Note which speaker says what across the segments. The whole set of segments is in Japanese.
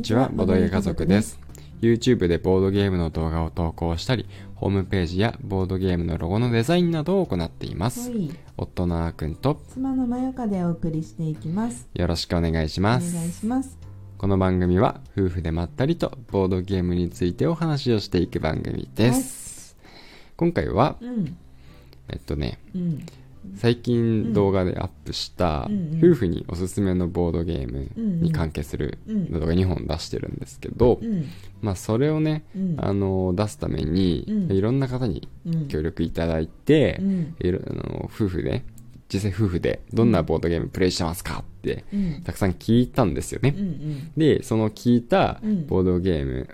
Speaker 1: ちは、ボドゲ家族です。YouTube でボードゲームの動画を投稿したり、ホームページやボードゲームのロゴのデザインなどを行っています。
Speaker 2: はい、
Speaker 1: 夫のあーくんと、
Speaker 2: 妻のまやかでお送りしていきます。
Speaker 1: よろしくお願いし
Speaker 2: お
Speaker 1: ま
Speaker 2: 願い
Speaker 1: す。
Speaker 2: します。
Speaker 1: この番組は、夫婦でまったりとボードゲームについてお話をしていく番組です。今回は、
Speaker 2: うん、
Speaker 1: えっとね、
Speaker 2: うん、
Speaker 1: 最近動画でアップした
Speaker 2: うんうん
Speaker 1: 夫婦におすすめのボードゲームに関係する
Speaker 2: うん
Speaker 1: 動画2本出してるんですけど
Speaker 2: う、ん、
Speaker 1: まあそれをね、
Speaker 2: うん
Speaker 1: あの出すために
Speaker 2: うん
Speaker 1: いろんな方に
Speaker 2: うん
Speaker 1: 協力いただいて
Speaker 2: うん、
Speaker 1: いろあの夫婦で実際夫婦でどんなボードゲームプレイしてますかって
Speaker 2: うん、
Speaker 1: たくさん聞いたんですよね
Speaker 2: うん、う。ん、
Speaker 1: でその聞いた
Speaker 2: うん
Speaker 1: ボードゲーム、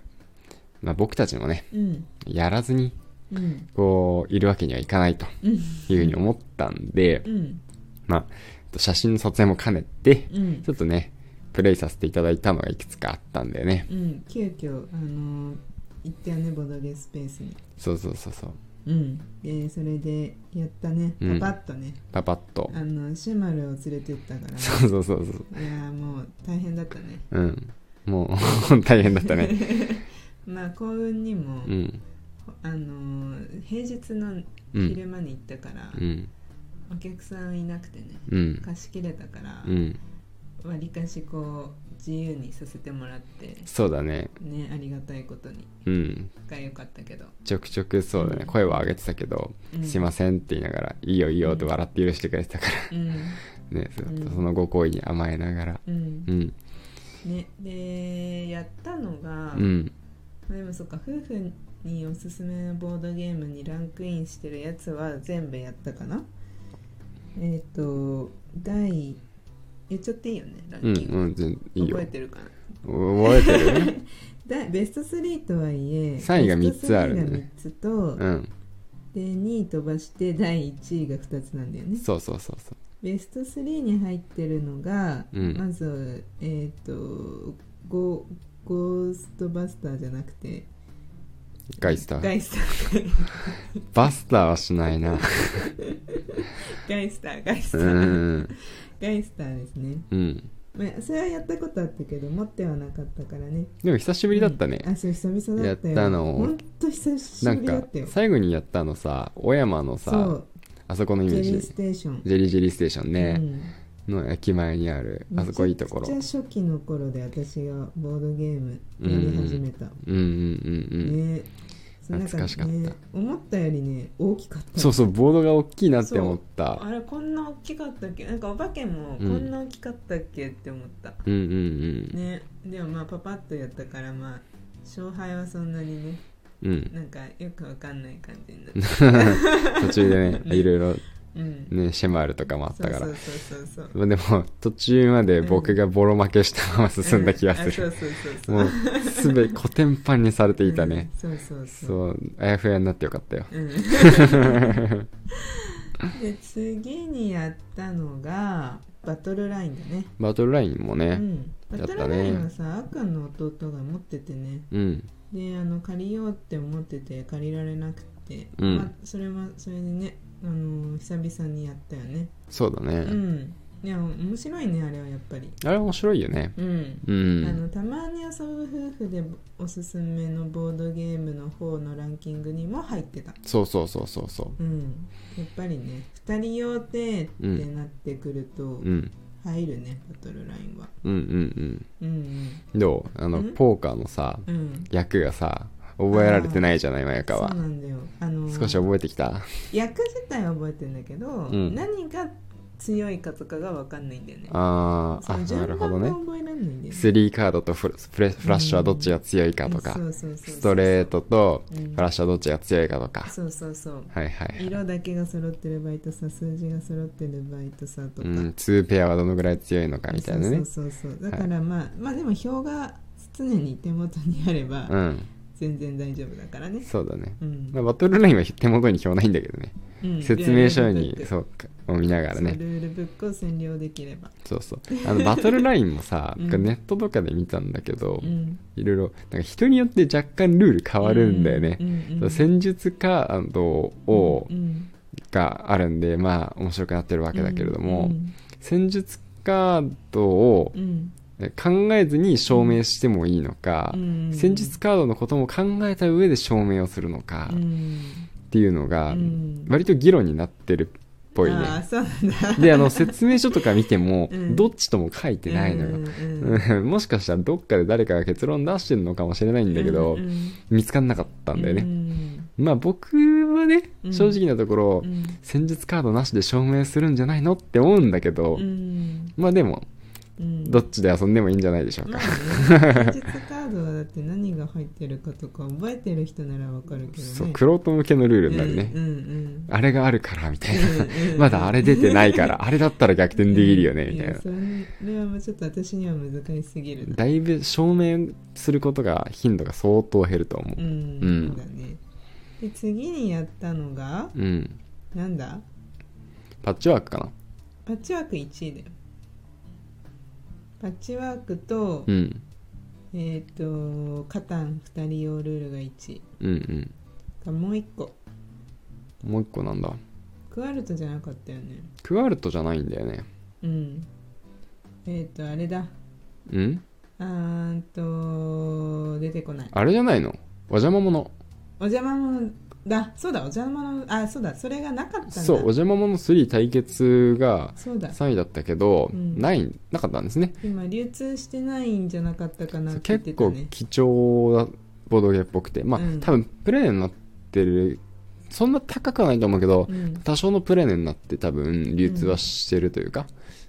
Speaker 1: まあ、僕たちもね
Speaker 2: うん、
Speaker 1: やらずに
Speaker 2: うん、
Speaker 1: こういるわけにはいかないと
Speaker 2: うん、
Speaker 1: いうふうに思ったんで、
Speaker 2: うん、
Speaker 1: まあ、えっと写真の撮影も兼ねて、
Speaker 2: うん
Speaker 1: ちょっとね、プレイさせていただいたのがいくつかあったんだよね。
Speaker 2: うん、急遽、あのー、行ったよね、ボドゲスペースに。
Speaker 1: そうそうそうそう。
Speaker 2: うん、で、それで、やったね、
Speaker 1: うん
Speaker 2: パパッとね、
Speaker 1: パパッと。
Speaker 2: あの、シェマルを連れてったから。
Speaker 1: そうそうそうそう。
Speaker 2: いやー、もう、大変だったね。
Speaker 1: うん。もう、 大変だったね。
Speaker 2: まあ、幸運にも、
Speaker 1: うん。
Speaker 2: あのー、平日の
Speaker 1: うん
Speaker 2: 昼間に行ったから。
Speaker 1: うん。
Speaker 2: お客さんいなくてね
Speaker 1: うん。
Speaker 2: 貸し切れたから
Speaker 1: うん。
Speaker 2: わり、かしこう自由にさせてもらって
Speaker 1: そうだね。
Speaker 2: ねありがたいことに
Speaker 1: うん。
Speaker 2: が良かったけど、
Speaker 1: ちょくちょくそうだね。声は上げてたけど、
Speaker 2: うん、
Speaker 1: すいませんって言いながら、いいよいいよって笑って許してくれてたか
Speaker 2: せんうん
Speaker 1: ら、ね、ずっ
Speaker 2: う
Speaker 1: と
Speaker 2: ん
Speaker 1: そのご好意に甘えながら。
Speaker 2: うん
Speaker 1: うん。
Speaker 2: ねでやったのが、
Speaker 1: うん。
Speaker 2: でもそっか夫婦におすすめのボードゲームにランクインしてるやつは全部やったかなえっ、と第言っちゃっていいよねラン
Speaker 1: うん。
Speaker 2: キング、
Speaker 1: うん。全いいよ
Speaker 2: 覚え。てるかな
Speaker 1: 覚えてる
Speaker 2: だベスト3とはいえ
Speaker 1: 3位が3つあるんだ
Speaker 2: ベ
Speaker 1: ね
Speaker 2: スト3が3つと、
Speaker 1: うん。
Speaker 2: で2位飛ばして第1位が2つなんだよね
Speaker 1: そうそうそうそう。
Speaker 2: ベスト3に入ってるのが、
Speaker 1: うん
Speaker 2: まずえっ、とゴゴーストバスターじゃなくて
Speaker 1: ガイスター。
Speaker 2: ガイスター
Speaker 1: バスターはしないな。
Speaker 2: ガイスターガイスタ
Speaker 1: う
Speaker 2: ー
Speaker 1: ん。
Speaker 2: ガイスターですね、
Speaker 1: うん。
Speaker 2: まあ、それはやったことあったけど持ってはなかったからね
Speaker 1: でも久しぶりだったね。
Speaker 2: あそう久々だったよ
Speaker 1: やったの
Speaker 2: ほんと久し
Speaker 1: な
Speaker 2: ぶり
Speaker 1: ん
Speaker 2: だ
Speaker 1: か
Speaker 2: ったよ、
Speaker 1: 最後にやったのさ、小山の
Speaker 2: そ
Speaker 1: さ、
Speaker 2: う
Speaker 1: あそこのイ
Speaker 2: ジ
Speaker 1: メー
Speaker 2: ェリ
Speaker 1: ジ。
Speaker 2: ーステーション
Speaker 1: ジェリージェリーステーション
Speaker 2: う
Speaker 1: ね。
Speaker 2: ん
Speaker 1: の駅前にある、あそこいいところ。
Speaker 2: めちゃ
Speaker 1: う
Speaker 2: く
Speaker 1: ん
Speaker 2: ちゃ初期の頃で私がボードゲームやり始めた、
Speaker 1: うんうんうん。
Speaker 2: ねそうなん
Speaker 1: 懐かしかった
Speaker 2: ね、思ったよりね大きかった
Speaker 1: そうそう、ボードが大きいなって思っ
Speaker 2: あ
Speaker 1: た。
Speaker 2: れこんな大きかったっけなんかお化けもこんな大きかったっけって思った、
Speaker 1: うんうんうん。
Speaker 2: ねでもまあパパッとやったからまあ勝敗はそんなにね
Speaker 1: うん。
Speaker 2: なんかよくわかんない感じになって
Speaker 1: 途中でね、 いろいろ
Speaker 2: うん
Speaker 1: ね、シェマールとかもあったか
Speaker 2: そ
Speaker 1: ら
Speaker 2: う。そうそうそうそう
Speaker 1: でも、途中まで僕がボロ負けしたまま進んだ気がする。
Speaker 2: うんあそうそうそうそう
Speaker 1: もう、すべ、コテンパンにされていたね。
Speaker 2: うんそうそうそ
Speaker 1: そ
Speaker 2: う
Speaker 1: う、あやふやになってよかったよ。
Speaker 2: う んで次にやったのがバトルラインだね、
Speaker 1: バトルラインも
Speaker 2: う
Speaker 1: ね、
Speaker 2: ん、バ
Speaker 1: やった
Speaker 2: ト
Speaker 1: ね
Speaker 2: ルラインはさ、あっくんの弟が持っててね
Speaker 1: うん、
Speaker 2: であの借りようって思ってて借りられなくて、
Speaker 1: うん
Speaker 2: まあ、それはそれでね、あのー久々にやったよね
Speaker 1: そうだ
Speaker 2: う
Speaker 1: ね。
Speaker 2: んいや面白いねあれはやっぱり
Speaker 1: あれ面白いよね。
Speaker 2: うん
Speaker 1: う
Speaker 2: あ
Speaker 1: ん。
Speaker 2: のたまに遊ぶ夫婦でおすすめのボードゲームの方のランキングにも入ってた
Speaker 1: そうそうそうそうそ
Speaker 2: うん、やっぱりね2人用でってなってくると
Speaker 1: う。うん、
Speaker 2: 入るね、バトルラインは
Speaker 1: うん、うん、
Speaker 2: うん
Speaker 1: うん。どうあの、
Speaker 2: うん
Speaker 1: ポーカーのさ、
Speaker 2: うんうん
Speaker 1: 役がさ、覚えられてないじゃない、まやか
Speaker 2: そ
Speaker 1: は
Speaker 2: う。なんだよあの
Speaker 1: 少し覚えてきた。
Speaker 2: 役自体は覚えてんだけど、
Speaker 1: ん
Speaker 2: 何が強いかとかが分かんないんだよね
Speaker 1: あー
Speaker 2: その
Speaker 1: あ、なる
Speaker 2: 順
Speaker 1: ほど
Speaker 2: 番が
Speaker 1: ね。
Speaker 2: 覚えられないんだよね
Speaker 1: スリーカードとフラフレフラッシュはどっちが強いかとか
Speaker 2: そ、うそうそうそう
Speaker 1: ストレートと
Speaker 2: うん
Speaker 1: フラッシュはどっちが強いかとか。
Speaker 2: そうそうそう
Speaker 1: はいはいはい。
Speaker 2: 色だけが揃ってる場合とさ数字が揃ってる場合とさと
Speaker 1: う
Speaker 2: か、
Speaker 1: ん、2ペアはどのぐらい強いのかみたいなね。
Speaker 2: そうそうそうそうだからまあ、まあでも表が常に手元にあれば
Speaker 1: うん、
Speaker 2: 全然大丈夫だからね、
Speaker 1: そうだね。
Speaker 2: うん
Speaker 1: まあ、バトルラインは手元に表ないんだけどね、
Speaker 2: うん
Speaker 1: 説明書
Speaker 2: ルールブッ
Speaker 1: に
Speaker 2: ク
Speaker 1: そうかを見ながら
Speaker 2: そう
Speaker 1: ね
Speaker 2: ルールブックを占領できれば
Speaker 1: そうそうあのバトルラインもさ、
Speaker 2: うん
Speaker 1: 僕ネットとかで見たんだけど、
Speaker 2: うん
Speaker 1: いろいろなんか人によって若干ルール変わるんだよね
Speaker 2: う、んうん
Speaker 1: そう戦術カードを、
Speaker 2: うん
Speaker 1: があるんでまあ面白くなってるわけだけれども、
Speaker 2: うん
Speaker 1: 戦術カードを
Speaker 2: うん
Speaker 1: で考えずに証明してもいいのか、
Speaker 2: うん
Speaker 1: 戦術カードのことも考えた上で証明をするのか
Speaker 2: う
Speaker 1: っ
Speaker 2: ん
Speaker 1: ていうのが、
Speaker 2: うん
Speaker 1: 割と議論になってるっぽいね。
Speaker 2: ああそうなんだ
Speaker 1: であの説明書とか見ても、
Speaker 2: うん
Speaker 1: どっちとも書いてないのよ、
Speaker 2: よ
Speaker 1: うん もしかしたらどっかで誰かが結論出してるのかもしれないんだけど、見つかんなかったんだよね、まあ僕はね
Speaker 2: うん
Speaker 1: 正直なところ、戦術カードなしで証明するんじゃないのって思うんだけど、まあでもどっちで遊んでもいいんじゃないでしょう
Speaker 2: ま
Speaker 1: か、
Speaker 2: あね、現実カードはだって何が入ってるかとか覚えてる人ならわかるけどね。
Speaker 1: そう玄人向けのルールになるね、
Speaker 2: うんうん
Speaker 1: あれがあるからみたいな
Speaker 2: うんう ん
Speaker 1: まだあれ出てないからあれだったら逆
Speaker 2: う
Speaker 1: 転
Speaker 2: ん。
Speaker 1: できるよねみたいな
Speaker 2: やそれはもうちょっと私には難しすぎるな。
Speaker 1: だいぶ証明することが頻度が相当減ると思
Speaker 2: う
Speaker 1: う。
Speaker 2: ん、
Speaker 1: うん
Speaker 2: そうだね。で次にやったのが
Speaker 1: うん。
Speaker 2: なんだ？
Speaker 1: パッチワークかな。
Speaker 2: パッチワーク1位だよ。パッチワークと、
Speaker 1: うん。
Speaker 2: えっ、とカタン2人用ルールが1
Speaker 1: うん
Speaker 2: もう1個
Speaker 1: うん。もう一個なんだ。
Speaker 2: クワルトじゃなかったよね。
Speaker 1: クワルトじゃないんだよね。
Speaker 2: うん。えっ、とあれだ。
Speaker 1: うん
Speaker 2: あーんと出てこない
Speaker 1: あれじゃないのお邪魔者。
Speaker 2: お邪魔者だそうだお邪魔者あそうだそれがなかったんだ
Speaker 1: そう、お邪魔者3対決が
Speaker 2: そうだ
Speaker 1: 3位だったけど、
Speaker 2: うん
Speaker 1: ない、なかったんですね。
Speaker 2: 今流通してないんじゃなかったかなって言って
Speaker 1: 結
Speaker 2: た
Speaker 1: 構
Speaker 2: ね
Speaker 1: 貴重なボードゲームっぽくて。まあ、
Speaker 2: うん
Speaker 1: 多分プレーネになってる、そんな高くはないと思うけど、
Speaker 2: うん
Speaker 1: 多少のプレーネになって多分流通はしてるというか、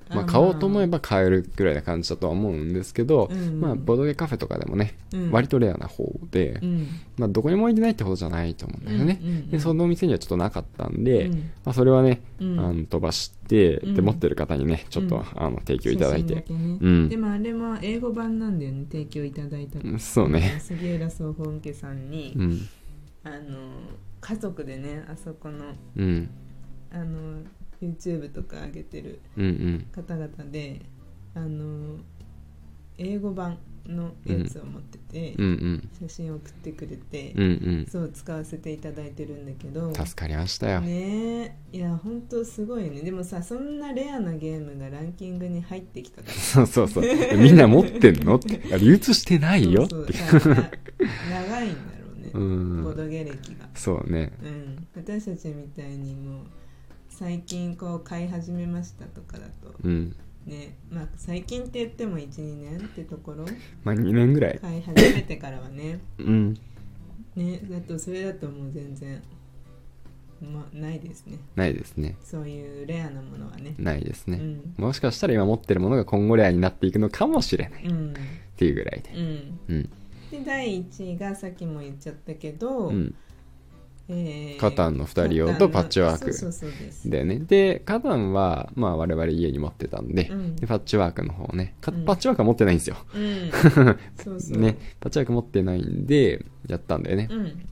Speaker 1: まあ、
Speaker 2: ー
Speaker 1: 買おうと思えば買えるぐらいな感じだとは思うんですけど、
Speaker 2: うん
Speaker 1: まあ、ボドゲカフェとかでもね、
Speaker 2: うん
Speaker 1: 割とレアな方で、
Speaker 2: うん
Speaker 1: まあ、どこにも置いてないってほどじゃないと思うんだよね。
Speaker 2: うんうん
Speaker 1: でそのお店にはちょっとなかったんで、
Speaker 2: うん
Speaker 1: まあ、それはね、
Speaker 2: うん
Speaker 1: あの飛ばして、
Speaker 2: うん
Speaker 1: で持ってる方にねちょっと、
Speaker 2: うん
Speaker 1: あの提供いただい
Speaker 2: 写
Speaker 1: て、
Speaker 2: 真だけね
Speaker 1: うん
Speaker 2: でもあれも英語版なんだよね提供いただいた
Speaker 1: うんそうね、
Speaker 2: 杉浦総本家さんに、
Speaker 1: うん
Speaker 2: あの家族でねあそこの
Speaker 1: うん、
Speaker 2: あの YouTube とか上げてる
Speaker 1: うんうん
Speaker 2: 方々であの英語版のやつを持ってて、
Speaker 1: うんうん
Speaker 2: 写真を送ってくれて、
Speaker 1: うんうん
Speaker 2: そう使わせていただいてるんだけど
Speaker 1: 助かりましたよ、
Speaker 2: ねえいや本当すごいねでもさそんなレアなゲームがランキングに入ってきたか
Speaker 1: そうそうそうみんな持ってん のってあ流通してな
Speaker 2: ら
Speaker 1: いよ
Speaker 2: そうそうだから長いんだろうね、
Speaker 1: うん
Speaker 2: ボドゲ歴が、
Speaker 1: そうね
Speaker 2: うん、私たちみたいにもう最近こう買い始めましたとかだと
Speaker 1: うん
Speaker 2: ねまあ最近って言っても12年ってところ
Speaker 1: まあ2年ぐらい
Speaker 2: 買い始めてからはね
Speaker 1: うん
Speaker 2: ねだとそれだともう全然まあないですね
Speaker 1: ないですね
Speaker 2: そういうレアなものはね
Speaker 1: ないです
Speaker 2: う
Speaker 1: ね、
Speaker 2: ん
Speaker 1: もしかしたら今持ってるものが今後レアになっていくのかもしれないっ
Speaker 2: うん
Speaker 1: ていうぐらいで
Speaker 2: うん
Speaker 1: うん
Speaker 2: で第1位がさっきも言っちゃったけど、
Speaker 1: うん
Speaker 2: えー
Speaker 1: カタンの二人用とパッチワーク
Speaker 2: カタンのそうそうそうです
Speaker 1: だよねでカタンはまあ我々家に持ってたんで,、
Speaker 2: うん
Speaker 1: でパッチワークの方ねか
Speaker 2: うん
Speaker 1: パッチワークは持ってないんですよ、
Speaker 2: うん そうそう
Speaker 1: ねパッチワーク持ってないんでやったんだよね、
Speaker 2: うん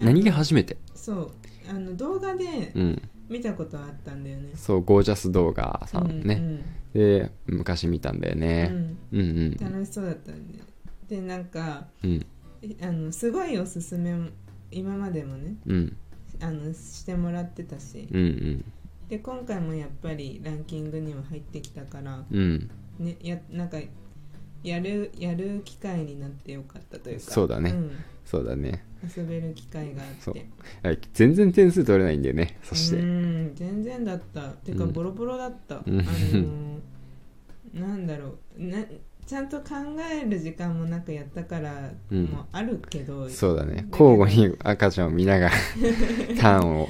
Speaker 1: 何気初めて
Speaker 2: そうあの動画で
Speaker 1: うん
Speaker 2: 見たことはあったんだよね、
Speaker 1: そうゴージャス動画さんね、で昔見たんだよ
Speaker 2: うん
Speaker 1: ね、うん、うん
Speaker 2: うん、楽しそうだったんででなんか
Speaker 1: うん
Speaker 2: あのすごいおすすめも今までもね
Speaker 1: うん
Speaker 2: あのしてもらってたし
Speaker 1: うんうん
Speaker 2: で今回もやっぱりランキングにも入ってきたから、
Speaker 1: うん
Speaker 2: ね、やなんかやるやる機会になってよかったというか
Speaker 1: そうだね
Speaker 2: ん
Speaker 1: そうだね
Speaker 2: 遊べる機会があって
Speaker 1: そうあ全然点数取れないんだよねそして
Speaker 2: うーん全然だったてか
Speaker 1: うん
Speaker 2: ボロボロだった、あ
Speaker 1: うん
Speaker 2: のーなんだろうなちゃんと考える時間もなくやったから
Speaker 1: うん
Speaker 2: もあるけど、
Speaker 1: そうだね
Speaker 2: けど
Speaker 1: 交互に赤ちゃんを見ながらターンを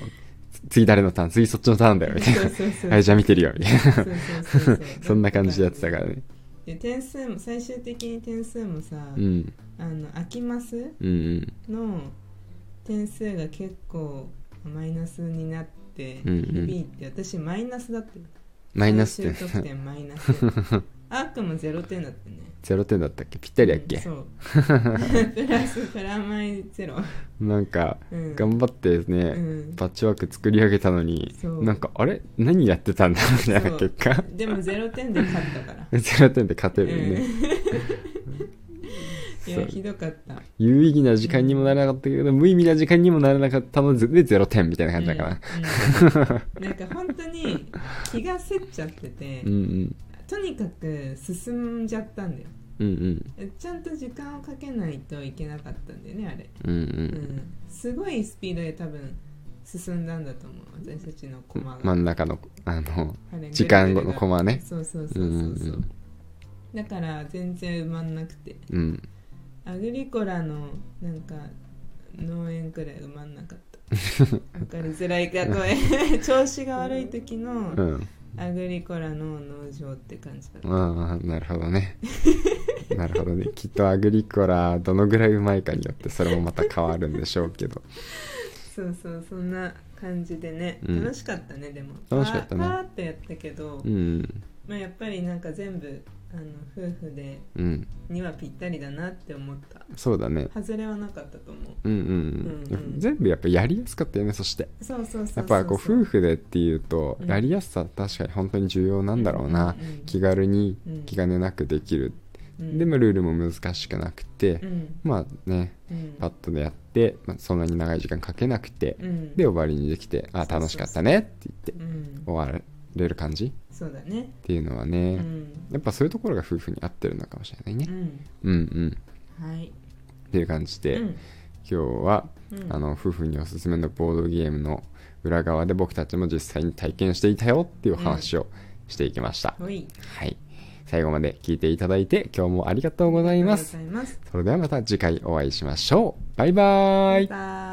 Speaker 1: つ次誰のターン次そっちのターンだよみたい
Speaker 2: そうそうそう
Speaker 1: なはいじゃあ見てるよみたいな
Speaker 2: そうそうそうそう
Speaker 1: そんな感じでやってたからね
Speaker 2: で点数も最終的に点数もさ、
Speaker 1: うん
Speaker 2: あの秋マス
Speaker 1: うんうん
Speaker 2: の点数が結構マイナスになって
Speaker 1: うんうん
Speaker 2: 響いて、私マイナスだったよ
Speaker 1: マイナス
Speaker 2: 最
Speaker 1: 点
Speaker 2: 終得点マイナス アークも0点だったね
Speaker 1: 0点だったっけぴったりだっ
Speaker 2: うん
Speaker 1: け、
Speaker 2: そうプラスプラマイゼロ、
Speaker 1: なんか
Speaker 2: うん、
Speaker 1: 頑張ってですね、
Speaker 2: うん
Speaker 1: パッチワーク作り上げたのに
Speaker 2: そう
Speaker 1: なんかあれ何やってたんだみたいな
Speaker 2: そう
Speaker 1: 結果
Speaker 2: でも0点で勝ったから
Speaker 1: 0点で勝てるよ
Speaker 2: う
Speaker 1: ね、
Speaker 2: んい
Speaker 1: そ
Speaker 2: や
Speaker 1: う
Speaker 2: ひどかった
Speaker 1: 有意義な時間にもならなかったけど無意味な時間にもならなかったので0点みたいな感じだから、
Speaker 2: うんうんなんか本当に気がせっちゃってて、
Speaker 1: うん、うん
Speaker 2: とにかく進んじゃったんだよ
Speaker 1: うん
Speaker 2: ちゃんと時間をかけないといけなかったんだよねあれ、
Speaker 1: うんうんう
Speaker 2: うんん、すごいスピードで多分進んだんだと思う私たちの
Speaker 1: う
Speaker 2: 駒
Speaker 1: ん
Speaker 2: が、
Speaker 1: 真ん中のあの
Speaker 2: あれ
Speaker 1: 時間
Speaker 2: ぐ
Speaker 1: 後の
Speaker 2: るぐるが
Speaker 1: コマね
Speaker 2: そうそうそううそうんそうう、
Speaker 1: ん
Speaker 2: だから全然埋まんなくて
Speaker 1: うん
Speaker 2: アグリコラのなんか農園くらい埋まんなかった わかりづらいかこれ 調子が悪い時の
Speaker 1: うん
Speaker 2: アグリコラの農場って感じだった
Speaker 1: ああなるほどね なるほどねきっとアグリコラどのぐらいうまいかによってそれもまた変わるんでしょうけど
Speaker 2: そうそうそんな感じでね、
Speaker 1: うん
Speaker 2: 楽しかったねでも
Speaker 1: 楽しかったね
Speaker 2: パーパーってやったけど、
Speaker 1: うん
Speaker 2: まあ、やっぱりなんか全部あの夫婦で
Speaker 1: うん
Speaker 2: にはぴったりだなって思った
Speaker 1: そうだね
Speaker 2: 外れはなかったと思う
Speaker 1: うん
Speaker 2: う
Speaker 1: うんん
Speaker 2: う
Speaker 1: うんん全部やっぱやりやすかったよねそして
Speaker 2: そうそうそうそう
Speaker 1: やっぱこう夫婦でっていうと
Speaker 2: うん
Speaker 1: やりやすさ確かに本当に重要なんだろうな
Speaker 2: うんうんうん
Speaker 1: 気軽に
Speaker 2: うん
Speaker 1: 気兼ねなくできる
Speaker 2: うん
Speaker 1: でもルールも難しくなくて
Speaker 2: うん
Speaker 1: まあね
Speaker 2: うん
Speaker 1: パッとでやって、まあ、そんなに長い時間かけなくて
Speaker 2: うん
Speaker 1: で終わりにできてあ楽しかったねって言って
Speaker 2: うん
Speaker 1: 終われる感じっ
Speaker 2: そうだね
Speaker 1: ていうのは
Speaker 2: う
Speaker 1: ね、
Speaker 2: ん
Speaker 1: やっぱそういうところが夫婦に合ってるのかもしれないうね
Speaker 2: ん
Speaker 1: うんうん
Speaker 2: はい
Speaker 1: っていう感じで、
Speaker 2: うん
Speaker 1: 今日は
Speaker 2: うん
Speaker 1: あの夫婦におすすめのボードゲームの裏側で僕たちも実際に体験していたよっていうお話をしていきました、
Speaker 2: ほい
Speaker 1: はい最後まで聞いていただいて今日もありがとうござ
Speaker 2: あ
Speaker 1: い
Speaker 2: りが
Speaker 1: ま
Speaker 2: とう
Speaker 1: す
Speaker 2: ございます
Speaker 1: それではまた次回お会いしましょうバイバーイ
Speaker 2: バイ